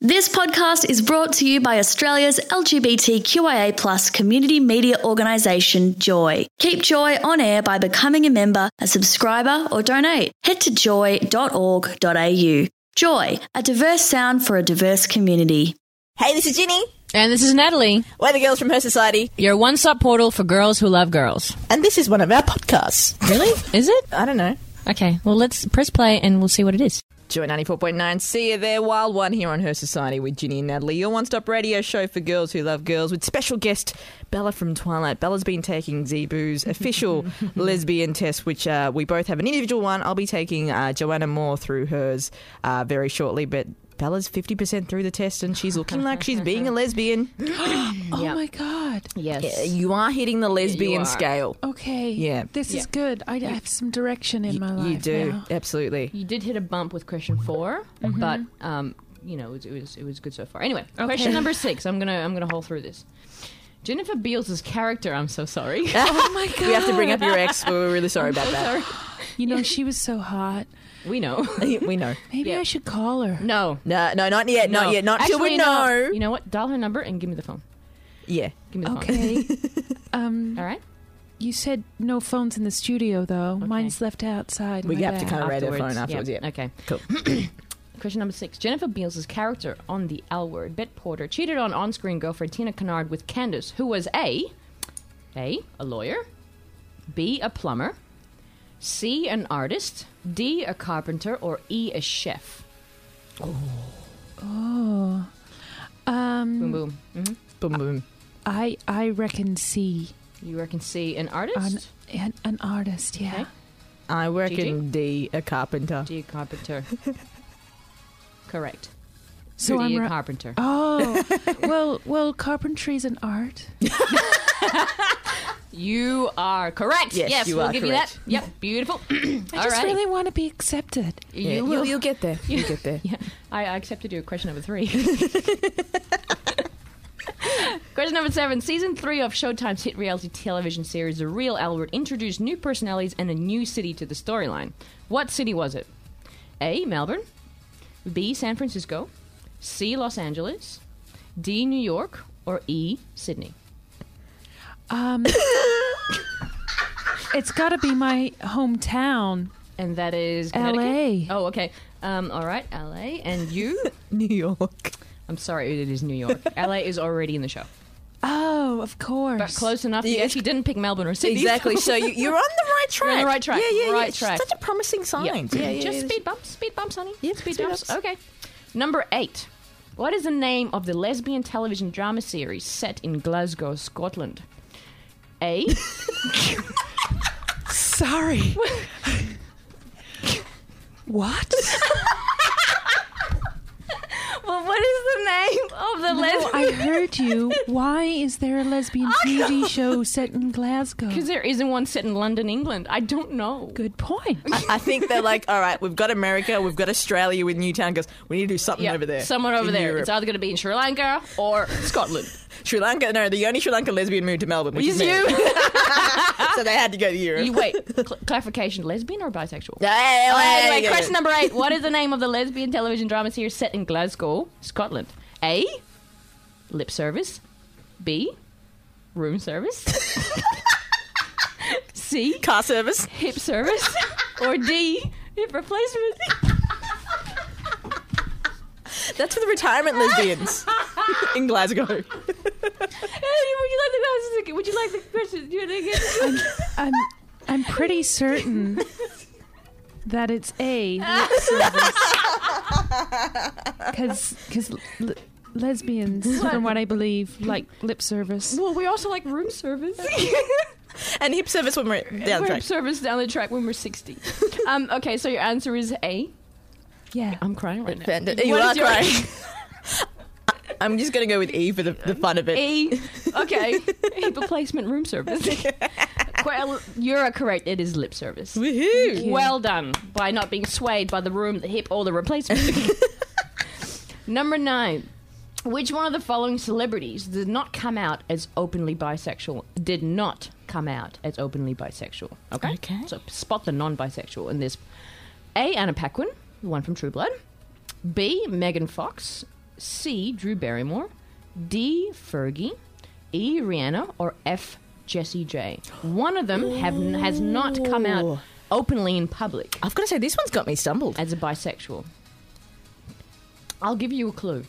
This podcast is brought to you by Australia's LGBTQIA plus community media organisation, Joy. Keep Joy on air by becoming a member, a subscriber, or donate. Head to joy.org.au. Joy, a diverse sound for a diverse community. Hey, this is Ginny. And this is Natalie, We're the girls from Her Society, your one stop portal for girls who love girls. and this is one of our podcasts. Really? Is it? I don't know. Okay, well, let's press play and we'll see what it is. Joy 94.9, see you there, Wild One, here on Her Society with Ginny and Natalie, your one stop radio show for girls who love girls, with special guest Bella from Twilight. Bella's been taking Zeebu's official lesbian test, which uh, we both have an individual one. I'll be taking uh, Joanna Moore through hers uh, very shortly, but. Bella's 50% through the test and she's looking like she's being a lesbian. Oh my god. Yeah, you are hitting the lesbian scale. Okay. Yeah. This is good. I have some direction in my life. You do, now. absolutely. You did hit a bump with question 4 Mm-hmm. but um, you know it was, it was it was good so far. Anyway, question number six. I'm gonna I'm gonna haul through this. Jennifer Beals' character. I'm so sorry. Oh my god. We have to bring up your ex. We're really sorry about that. sorry. You know, she was so hot. We know. we know. Maybe I should call her. No. No, no, not yet, no. not yet, not till Actually, we no. know. You know what? Dial her number and give me the phone. Yeah. Give me the phone. Okay. um, All right. you said no phones in the studio, though. Mine's left outside. We My have to bad. kind of rate our Afterwards. phone afterwards, yeah. Yeah. Okay. Cool. Question number six. Jennifer Beals' character on The L Word, Bet Porter, cheated on on screen girlfriend Tina Kennard with Candace, who was A. A. A lawyer. B. A plumber. C. An artist. D. A carpenter. Or E. A chef. Um, Mm. Boom, boom. Mhm. Boom, boom. I I reckon C. You reckon C. An artist? An, an, an artist, yeah. Okay. I reckon D, a carpenter. D. A carpenter. Correct. So Trudy, I'm a ri- carpenter. Oh well, well, carpentry's an art. You are correct. Yes, Yes, you we'll are give correct. you that. Yep, beautiful. I just really want to be accepted. Yeah, you will. get there. You'll get there. Yeah, I I accepted your question number three. question number seven. Season three of Showtime's hit reality television series, The Real Albert, introduced new personalities and a new city to the storyline. What city was it? A. Melbourne. B. San Francisco. C. Los Angeles. D. New York. Or E. Sydney. Um, it's got to be my hometown. And that is LA. Connecticut? Oh, okay. Um, all right, LA. And you? New York. I'm sorry, it is New York. LA is already in the show. Oh, of course. But close enough. You Yeah. actually didn't pick Melbourne or Sydney. Exactly. So you, you're on the right track. on the right track, Yeah, yeah, yeah. right It's track. Such a promising sign. Yeah, yeah, yeah. Just speed bumps, speed bumps, honey. Yeah, speed, speed bumps. ups. Okay. Number eight. What is the name of the lesbian television drama series set in Glasgow, Scotland? A. Sorry. what? well, what is the name of the Oh, lesbian? I heard you. Why is there a lesbian TV show set in Glasgow? Because there isn't one set in London, England. I don't know. Good point. I think they're like, all right, we've got America, we've got Australia with Newtown. Goes, we need to do something Yeah, over there. Somewhere over In there. Europe. It's either going to be in Sri Lanka or Scotland. Sri Lanka. No, the only Sri Lankan lesbian moved to Melbourne, which is Is me. so they had to go to Europe. you wait. Cl- clarification: lesbian or bisexual? Yeah, yeah, Oh, yeah, anyway, yeah, yeah. question number eight. What is the name of the lesbian television drama series set in Glasgow, Scotland? A. Lip service. B. Room service. C. Car service. Hip service. Or D. Hip replacement. That's for the retirement lesbians in Glasgow. would you like the that was just a- Would you like the question? Do you wanna get- I'm, I'm pretty certain that it's A. Because l- lesbians, from what I believe, like lip service. well, we also like room service. and hip service when we're down the Room track. service down the track when we're sixty. Um, okay, so your answer is A. Yeah. I'm crying right now. Fandom- You What are is your- crying. I'm just going to go with E for the, the fun of it. E. Okay. Hip replacement room service. well, you're correct. It is lip service. Woohoo! Well done by not being swayed by the room, the hip, or the replacement. Number nine. Which one of the following celebrities did not come out as openly bisexual? Did not come out as openly bisexual. Okay. Okay. So spot the non bisexual in this. A. Anna Paquin, the one from True Blood. B. Megan Fox. C. Drew Barrymore, D. Fergie, E. Rihanna, or F. Jessie J. One of them have has not come out openly in public I've got to say, this one's got me stumbled. as a bisexual. I'll give you a clue.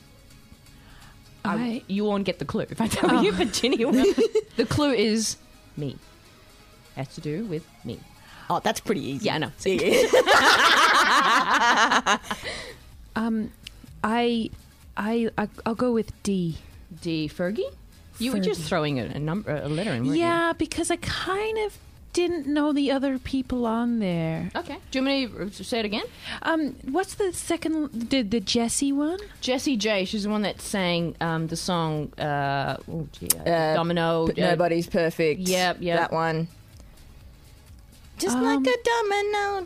I- I- you won't get the clue if I tell Oh. you, but Ginny will. the clue is me. Has to do with me. Oh, that's pretty easy. Yeah, I know. Um, I, I, I, I'll go with D. D. Fergie? You were just Fergie. throwing a, a number, a letter in, weren't yeah, because I kind of didn't know the other people on there. you? Okay. Do you want me to say it again? Um, what's the second? The the Jesse one? Jessie J. She's the one that sang um, the song uh, oh, gee, uh, Uh, Domino. But uh, nobody's perfect. Yep, yep. That one. Just Um, like a domino.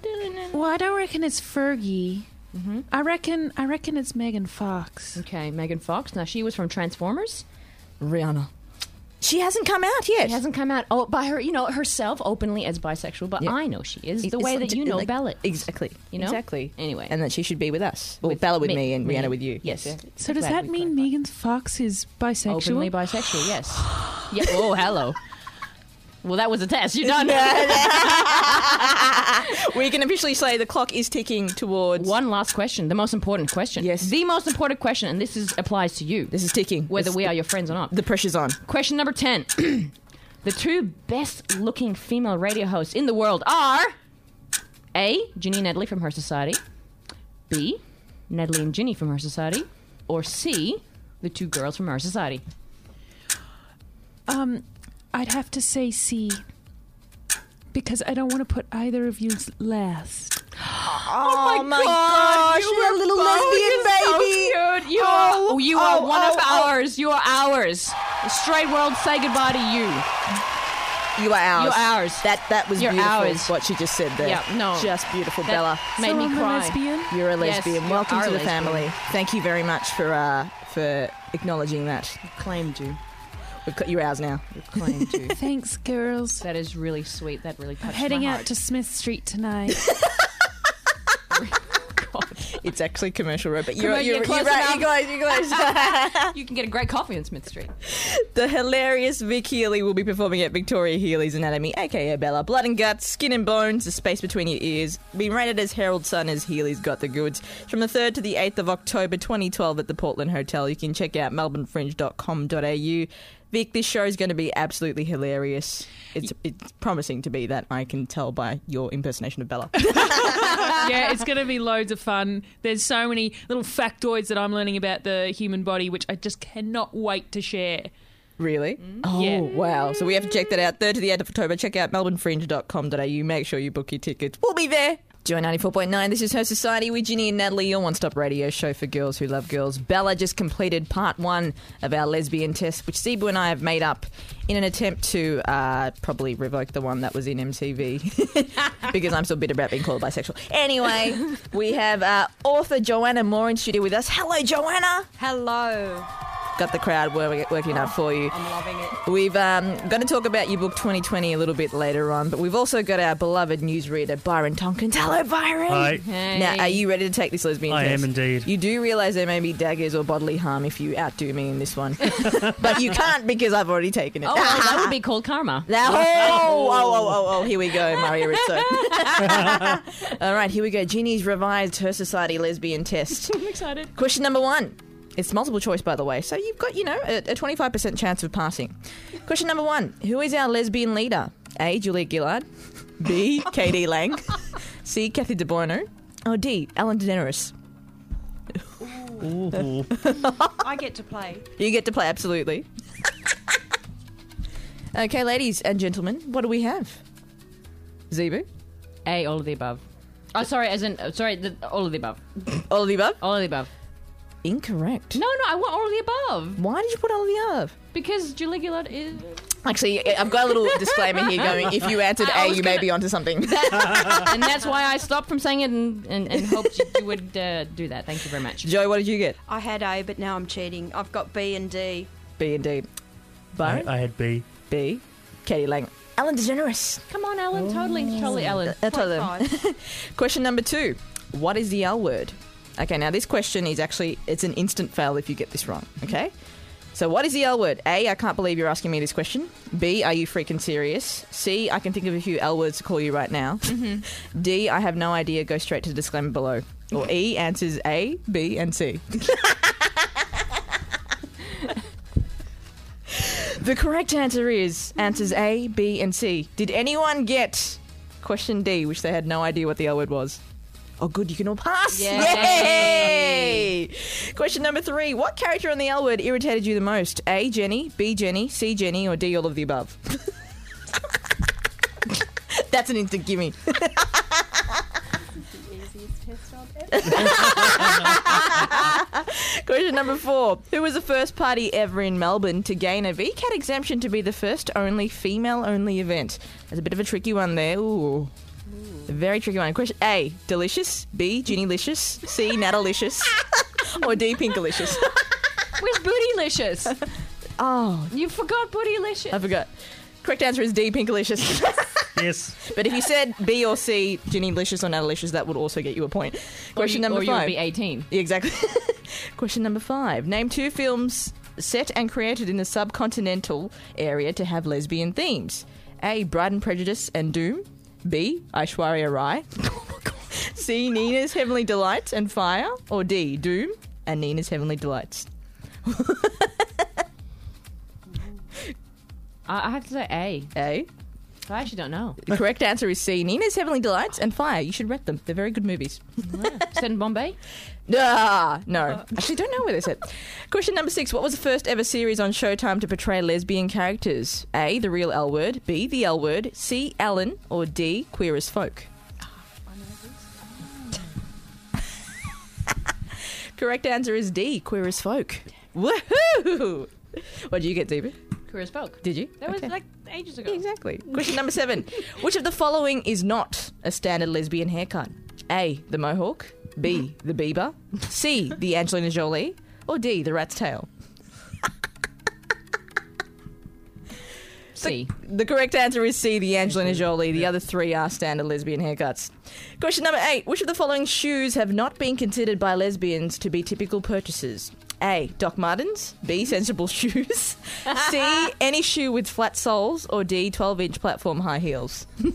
Well, I don't reckon it's Fergie. Mm-hmm. I reckon I reckon it's Megan Fox. Okay, Megan Fox. Now she was from Transformers. Rihanna. She hasn't come out yet. She hasn't come out oh, by her, you know, herself openly as bisexual, but Yeah. I know she is. It's The way like- that you know like- ballet, Exactly. You know? Exactly. Anyway. And that she should be with us. Or With Bella with me- me, and me. Rihanna with you. Yes. So does Glad that we mean clarified. Megan Fox is bisexual? openly bisexual? Yes. yeah. Oh, hello. Well, that was a test. You're done. We can officially say the clock is ticking towards. One last question, the most important question. Yes. The most important question, and this is applies to you, This is ticking. whether This- we are your friends or not. The pressure's on. Question number 10. the two best looking female radio hosts in the world are A. Ginny Natalie from Her Society, B. Natalie and Ginny from Her Society, or C. The two girls from Her Society. Um, I'd have to say C. Because I don't want to put either of you last. Oh, my gosh, you're a little lesbian baby. Dude, you Oh, are, oh, you are oh, one oh, of oh. ours. You are ours. The straight world, say goodbye to you. You are ours. You're ours. That that was You're beautiful. ours. What she just said there. Yeah, no. Just beautiful, That Bella. Made So me I'm a cry. lesbian? You're a Yes, lesbian. you Welcome are to a the lesbian. family. Thank you very much for uh, for acknowledging that. Claimed you. We've got you ours now. Claimed you. Thanks, girls. that is really sweet. That really touched Heading my out heart. to Smith Street tonight. It's actually commercial road, but you're, on, you're, you're you're, close right. You guys, you guys. You can get a great coffee in Smith Street. the hilarious Vic Healy will be performing at Victoria Healy's Anatomy, aka Bella. Blood and guts, skin and bones, the space between your ears. Being rated as Herald Sun as Healy's got the goods. From the 3rd to the 8th of October 2012 at the Portland Hotel. You can check out melbournefringe.com.au. Vic, this show is going to be absolutely hilarious. It's, it's promising to be that. I can tell by your impersonation of Bella. yeah, it's going to be loads of fun. There's so many little factoids that I'm learning about the human body, which I just cannot wait to share. Really? Oh, Yeah. wow. So we have to check that out. 3rd to the 8th of October. Check out melbournefringe.com.au. Make sure you book your tickets. We'll be there. Joy 94.9. This is Her Society with Ginny and Natalie, your one stop radio show for girls who love girls. Bella just completed part one of our lesbian test, which Zebu and I have made up in an attempt to uh, probably revoke the one that was in MTV because I'm so bitter about being called bisexual. Anyway, we have uh, author Joanna Moore in studio with us. Hello, Joanna. Hello. Got the crowd wor- working up for you. I'm loving it. We've um, going to talk about your book 2020 a little bit later on, but we've also got our beloved newsreader Byron Tompkins. Hello, Byron. Hi. Now, are you ready to take this lesbian I test? am indeed. You do realise there may be daggers or bodily harm if you outdo me in this one, but you can't because I've already taken it. Oh, well, that would be called karma. Now, oh, oh, oh, oh, oh, here we go, Mario Rizzo. All right, here we go. Ginny's revised her society lesbian test. I'm excited. Question number one. It's multiple choice, by the way, so you've got, you know, a, a 25% chance of passing. Question number one Who is our lesbian leader? A. Julia Gillard. B. Katie Lang. C. Kathy De Bono. Or D. Alan DeGeneres. I get to play. You get to play, absolutely. okay, ladies and gentlemen, what do we have? Zebu? A, all of the above. Oh, sorry, as in, uh, sorry, the, all of the above. All of the above? All of the above. Incorrect. No, no, I want all of the above. Why did you put all of the above? Because Julie Gillard is. Actually, I- I've got a little disclaimer here going. If you answered I- I A, was you may gonna- be onto something. and that's why I stopped from saying it and, and, and hoped you, you would uh, do that. Thank you very much. Joe, what did you get? I had A, but now I'm cheating. I've got B and D. B and D. I, Byron? I had B. B. Katie Lang. Alan DeGeneres. Come on, Ellen. Totally, totally, Ellen. That's all of them. Five. Question number two. What is the L word? Okay, now this question is actually it's an instant fail if you get this wrong. Okay. So what is the L word? A, I can't believe you're asking me this question. B, are you freaking serious? C, I can think of a few L words to call you right now. D, I have no idea. Go straight to the disclaimer below. Or E, answers A, B, and C. the correct answer is answers A, B, and C. Did anyone get question D, which they had no idea what the L word was? Oh, good, you can all pass. Yay! Question number three What character on the L word irritated you the most? A, Jenny, B, Jenny, C, Jenny, or D, all of the above? That's an instant gimme. Question number four. Who was the first party ever in Melbourne to gain a VCAT exemption to be the first only female only event? That's a bit of a tricky one there. Ooh. A very tricky one. Question A. Delicious. B. Ginnylicious. C. Natalicious. or D. Pinkalicious. Where's Bootylicious? Oh, You forgot Bootylicious. I forgot. Correct answer is D. Pinkalicious. Yes. but if you said B or C, Ginnylicious or Natalicious, that would also get you a point. Or Question you- number or you would five. be 18. Yeah, exactly. Question number five. Name two films set and created in the subcontinental area to have lesbian themes. A. Bride and Prejudice and Doom. B. Aishwarya Rai. C. Nina's Heavenly Delights and Fire. Or D. Doom and Nina's Heavenly Delights. I I have to say A. A. But I actually don't know. The correct answer is C. Nina's Heavenly Delights and Fire. You should rent them. They're very good movies. Set in Bombay? Ah, Uh. no. Actually, don't know where they said. Question number six. What was the first ever series on Showtime to portray lesbian characters? A. The real L word. B. The L word. C. Ellen. Or D. Queer as folk. Correct answer is D. Queer as folk. Woohoo! What did you get, Deepa? Queer as folk. Did you? That was Okay. like ages ago. Exactly. Question number seven. Which of the following is not a standard lesbian haircut? A. The mohawk. B. The Bieber. C. The Angelina Jolie. Or D. The rat's tail. C. The correct answer is C. The Angelina Jolie. The other three are standard lesbian haircuts. Question number eight. Which of the following shoes have not been considered by lesbians to be typical purchases? A. Doc Martens. B. Sensible shoes. C. Any shoe with flat soles. Or D. 12 inch platform high heels.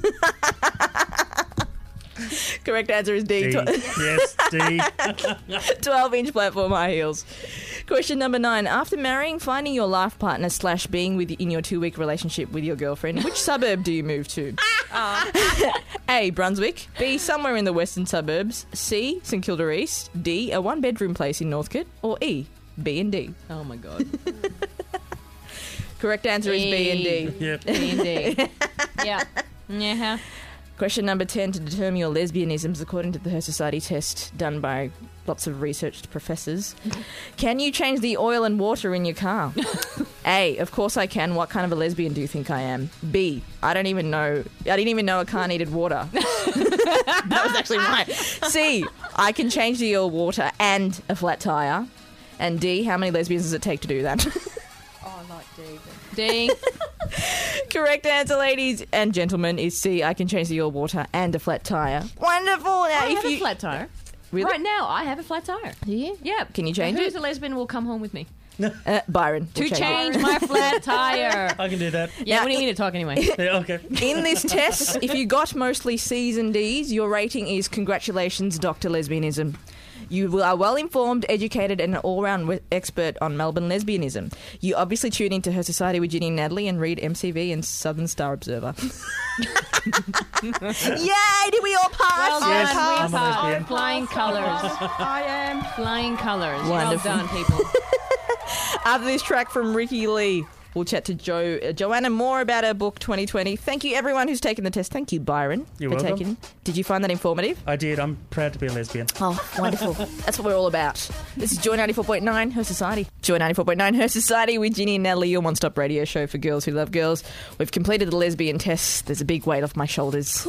Correct answer is D. D. tw- yes, D. 12 inch platform high heels. Question number nine. After marrying, finding your life partner slash being with in your two week relationship with your girlfriend, which suburb do you move to? A. Brunswick. B. Somewhere in the western suburbs. C. St Kilda East. D. A one bedroom place in Northcote. Or E. B and D. Oh my god. Correct answer is B and D. Yep. D&D. yeah. Yeah. Question number 10 to determine your lesbianisms according to the Her Society test done by lots of researched professors. Can you change the oil and water in your car? a. Of course I can. What kind of a lesbian do you think I am? B. I don't even know. I didn't even know a car needed water. that was actually mine. C. I can change the oil, water, and a flat tire. And D. How many lesbians does it take to do that? Oh, I like D. but- D. Correct answer, ladies and gentlemen, is C. I can change the oil, water, and a flat tire. Wonderful. Now, I if have you a flat tire. Really? Right now, I have a flat tire. Yeah. Yeah. Can you change Who's it? a lesbian will come home with me. Uh, Byron. To will it. change my flat tire. I can do that. Yeah, Now, we it- don't need to talk anyway. Yeah, okay. In this test, if you got mostly C's and D's, your rating is congratulations, Dr. Lesbianism. You are well informed, educated, and an all round we- expert on Melbourne lesbianism. You obviously tune into Her Society with Ginny and Natalie and read MCV and Southern Star Observer. Yay! Did we all pass? Yes, I'm a pass. lesbian. Flying colours. I am. Flying colours. Wonderful. Well done, people. After this track from Ricky Lee, we'll chat to jo- uh, Joanna more about her book 2020. Thank you, everyone who's taken the test. Thank you, Byron, You're for welcome. taking. Did you find that informative? I did. I'm proud to be a lesbian. Oh, wonderful. That's what we're all about. This is Joy 94.9, Her Society. Joy 94.9, Her Society with Ginny and Natalie, your one stop radio show for girls who love girls. We've completed the lesbian test. There's a big weight off my shoulders.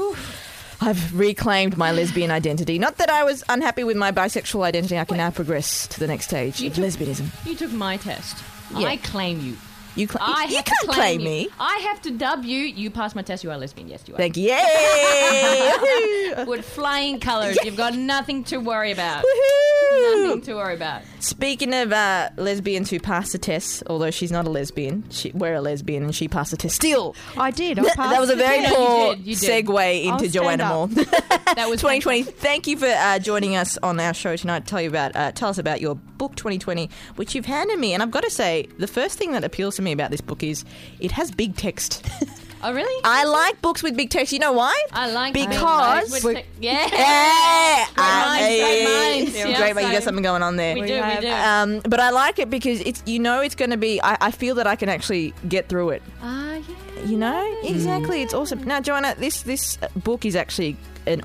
I've reclaimed my lesbian identity. Not that I was unhappy with my bisexual identity. I can now progress to the next stage of lesbianism. You took my test. Yeah. I claim you. You, cla- I you have to can't claim you. me. I have to dub you. You passed my test. You are lesbian. Yes, you are. Thank you. Yay! Woohoo! With flying colours. You've got nothing to worry about. Woohoo! nothing to worry about. Speaking of uh, lesbians who pass the test, although she's not a lesbian, she, we're a lesbian and she passed the test. Still, I did. I that, passed that was a the very test. poor did, you did. segue I'll into stand Joanna up. Moore. That was 2020. Thank you for uh, joining us on our show tonight. Tell you about, uh, tell us about your book 2020, which you've handed me. And I've got to say, the first thing that appeals to me about this book is it has big text. Oh, really? I like books with big text. You know why? I like being because raised with tech- yeah, yeah, Ah, minds, yeah, great yeah, yeah. minds. Yeah, Great minds. You got so- something going on there. we do, we have- do. Um, but I like it because it's you know it's going to be. I, I feel that I can actually get through it. Ah, yeah. You Oh, know exactly. It's awesome. Now, Joanna, this this book is actually an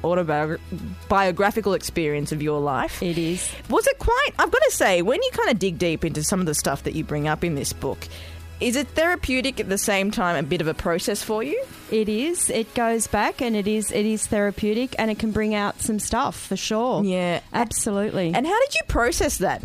autobiographical experience of your life. It is. Was it quite? I've got to say, when you kind of dig deep into some of the stuff that you bring up in this book. Is it therapeutic at the same time a bit of a process for you? It is. It goes back, and it is. It is therapeutic, and it can bring out some stuff for sure. Yeah. absolutely. And how did you process that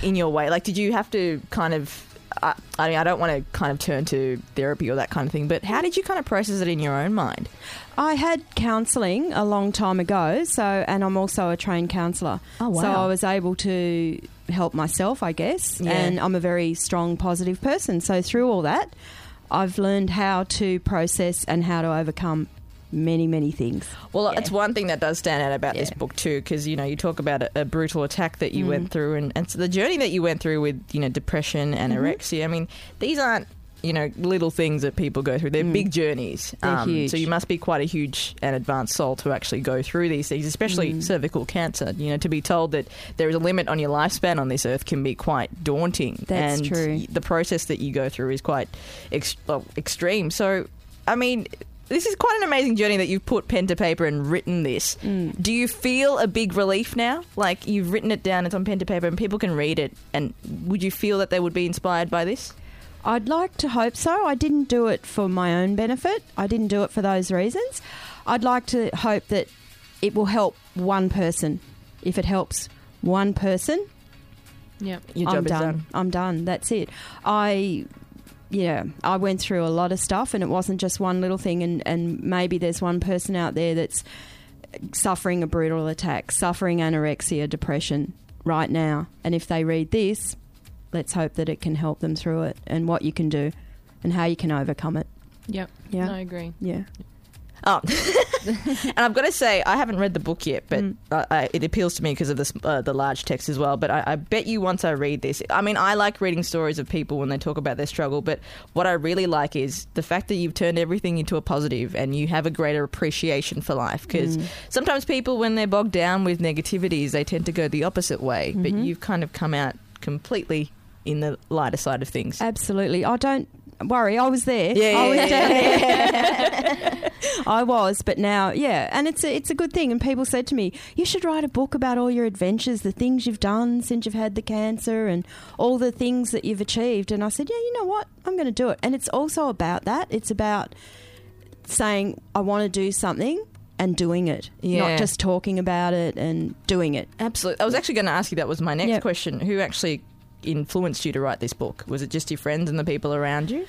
in your way? Like, did you have to kind of? I, I mean, I don't want to kind of turn to therapy or that kind of thing, but how did you kind of process it in your own mind? I had counselling a long time ago, so and I'm also a trained counsellor. Oh, wow. So I was able to help myself, I guess, Yeah. and I'm a very strong, positive person. So through all that, I've learned how to process and how to overcome many, many things. Well, it's one thing that does stand out about this Yeah. Mm. book too, because you know you talk about a, a brutal attack that you went through, and, and so the journey that you went through with you know depression, Mm-hmm. anorexia. I mean, these aren't you know little things that people go through; they're big journeys. Mm. um, They're huge. So you must be quite a huge and advanced soul to actually go through these things, especially Mm. cervical cancer. You know, to be told that there is a limit on your lifespan on this earth can be quite daunting. That's and true. y- The process that you go through is quite ex- well, extreme. So, I mean, this is quite an amazing journey that you've put pen to paper and written this. Mm. Do you feel a big relief now? Like you've written it down, it's on pen to paper, and people can read it. And would you feel that they would be inspired by this? I'd like to hope so. I didn't do it for my own benefit. I didn't do it for those reasons. I'd like to hope that it will help one person. If it helps one person, Yep. Your I'm done. I'm done. That's it. I yeah, I went through a lot of stuff and it wasn't just one little thing and, and maybe there's one person out there that's suffering a brutal attack, suffering anorexia, depression right now. And if they read this, let's hope that it can help them through it and what you can do and how you can overcome it. Yep. Yeah. I agree. Yeah. Oh, and I've got to say, I haven't read the book yet, but uh, I, it appeals to me because of the sm- uh, the large text as well. But I, I bet you once I read this, I mean, I like reading stories of people when they talk about their struggle. But what I really like is the fact that you've turned everything into a positive and you have a greater appreciation for life. Because sometimes people, when they're bogged down with negativities, they tend to go the opposite way. But you've kind of come out completely in the lighter side of things. Absolutely. I don't worry. I was there. Yeah, yeah, I was yeah, there. I was, but now, yeah, and it's a, it's a good thing. And people said to me, "You should write a book about all your adventures, the things you've done since you've had the cancer, and all the things that you've achieved." And I said, "Yeah, you know what? I'm going to do it." And it's also about that. It's about saying, "I want to do something." And doing it, Yeah. not just talking about it and doing it. Absolutely. I was actually going to ask you that was my next Yep. question. Who actually influenced you to write this book? Was it just your friends and the people around you?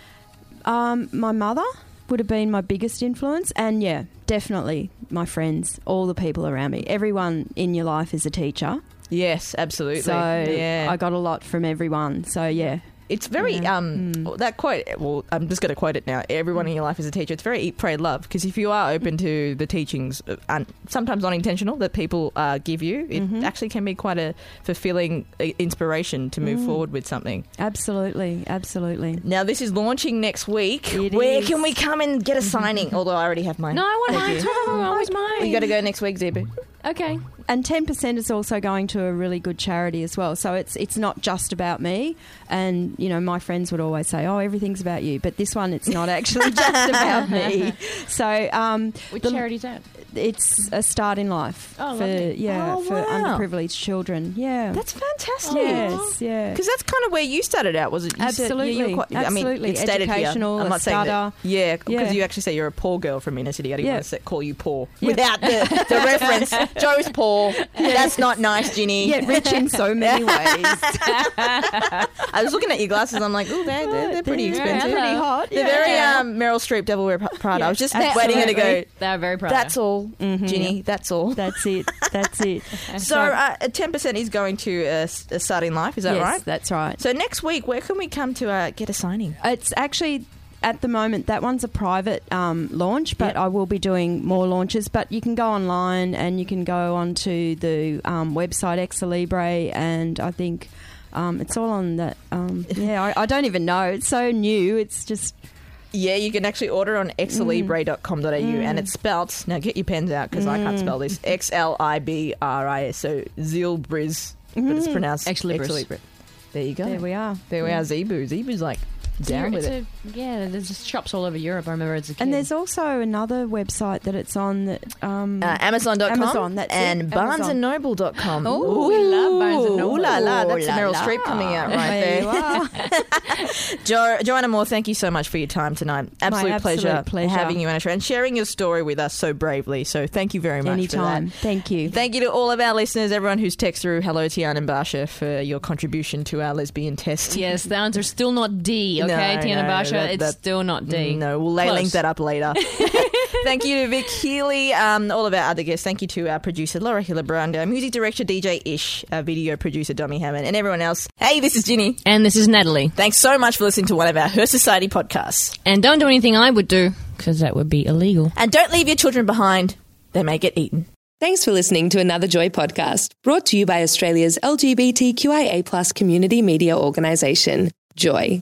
Um, my mother would have been my biggest influence, and yeah, definitely my friends, all the people around me. Everyone in your life is a teacher, Yes, absolutely. so yeah. I got a lot from everyone. So yeah, Hmm. it's very um that quote well I'm just going to quote it now. Everyone in your life is a teacher. It's very eat pray love because if you are open to the teachings uh, and sometimes unintentional that people uh, give you, it Mm-hmm. actually can be quite a fulfilling uh, inspiration to Mm. move forward with something. absolutely, absolutely. Now this is launching next week. It Where is. can we come and get a signing? Although I already have mine. No, I want mine too. I want mine. You got to go next week, Zebu. Okay. And ten percent is also going to a really good charity as well. So it's it's not just about me. And you know, my friends would always say, "Oh, everything's about you," but this one, it's not actually just about me. So um, Which The- charity's that? it's a start in life Oh, for lovely. yeah Oh, for wow. underprivileged children. Yeah, That's fantastic. Oh, Yes, yeah. Because that's kind of where you started out, was it? You said- Absolutely. you- you were I mean, Absolutely. it's stated Educational, here. I'm a not saying that. starter. Yeah, because Yeah. you actually say you're a poor girl from inner city. I didn't Yeah. want to say, call you poor Yeah. without the, the reference. Joe's poor. That's not nice, Ginny. Yeah, rich in so many ways. I was looking at your glasses. I'm like, oh, they're, they're, they're pretty expensive. Pretty hot. They're very um, Meryl Streep, Devil Wear Prada. I was just waiting her to go. They're very proud. That's all. all, Mm-hmm. Ginny. That's all. That's it. That's it. so uh, 10% is going to uh, S- uh, Starting Life, is that yes, right? That's right. So next week, where can we come to uh, get a signing? It's actually at the moment that one's a private um, launch, but Yeah. I will be doing more launches. But you can go online and you can go onto the um, website Exalibre, and I think um, it's all on that. Um, yeah, I, I don't even know. It's so new. It's just Yeah, you can actually order on exalibre.com.au and it's spelled, now get your pens out because I can't spell this, X L I B R I S. So Zilbriz, but it's pronounced Exlibris. There you go. there we are. There we are, Zebu. Zebu's like down with It's it. a- yeah, there's just shops all over Europe. I remember as a kid. And there's also another website that it's on that. Um, Uh, Amazon.com Amazon, that's it. and Amazon. barnesandnoble.com. Ooh, we love Barnes and Noble. Ooh la la, Ooh that's a la Meryl la. Streep coming out right there you there. are. Jo- Joanna Moore, thank you so much for your time tonight. Absolute, absolute pleasure, pleasure. having you on our show and sharing your story with us so bravely. So thank you very much for that. Anytime. Thank you. Thank you to all of our listeners, everyone who's texted through. Hello, Tiana and Barsha, for your contribution to our lesbian test. yes, the answer's still not D. No, Okay, Tiana no, Basha, that- it's that- still not D. No, we'll lay Close. link that up later. Thank you to Vic Healy, um, all of our other guests. Thank you to our producer, Laura Hillebrand, our music director, DJ Ish, our video producer, Dommy Hammond, and everyone else. Hey, this is Ginny. And this is Natalie. Thanks so much for listening to one of our Her Society podcasts. And don't do anything I would do, because that would be illegal. And don't leave your children behind, they may get eaten. Thanks for listening to another Joy podcast brought to you by Australia's LGBTQIA community media organisation, Joy.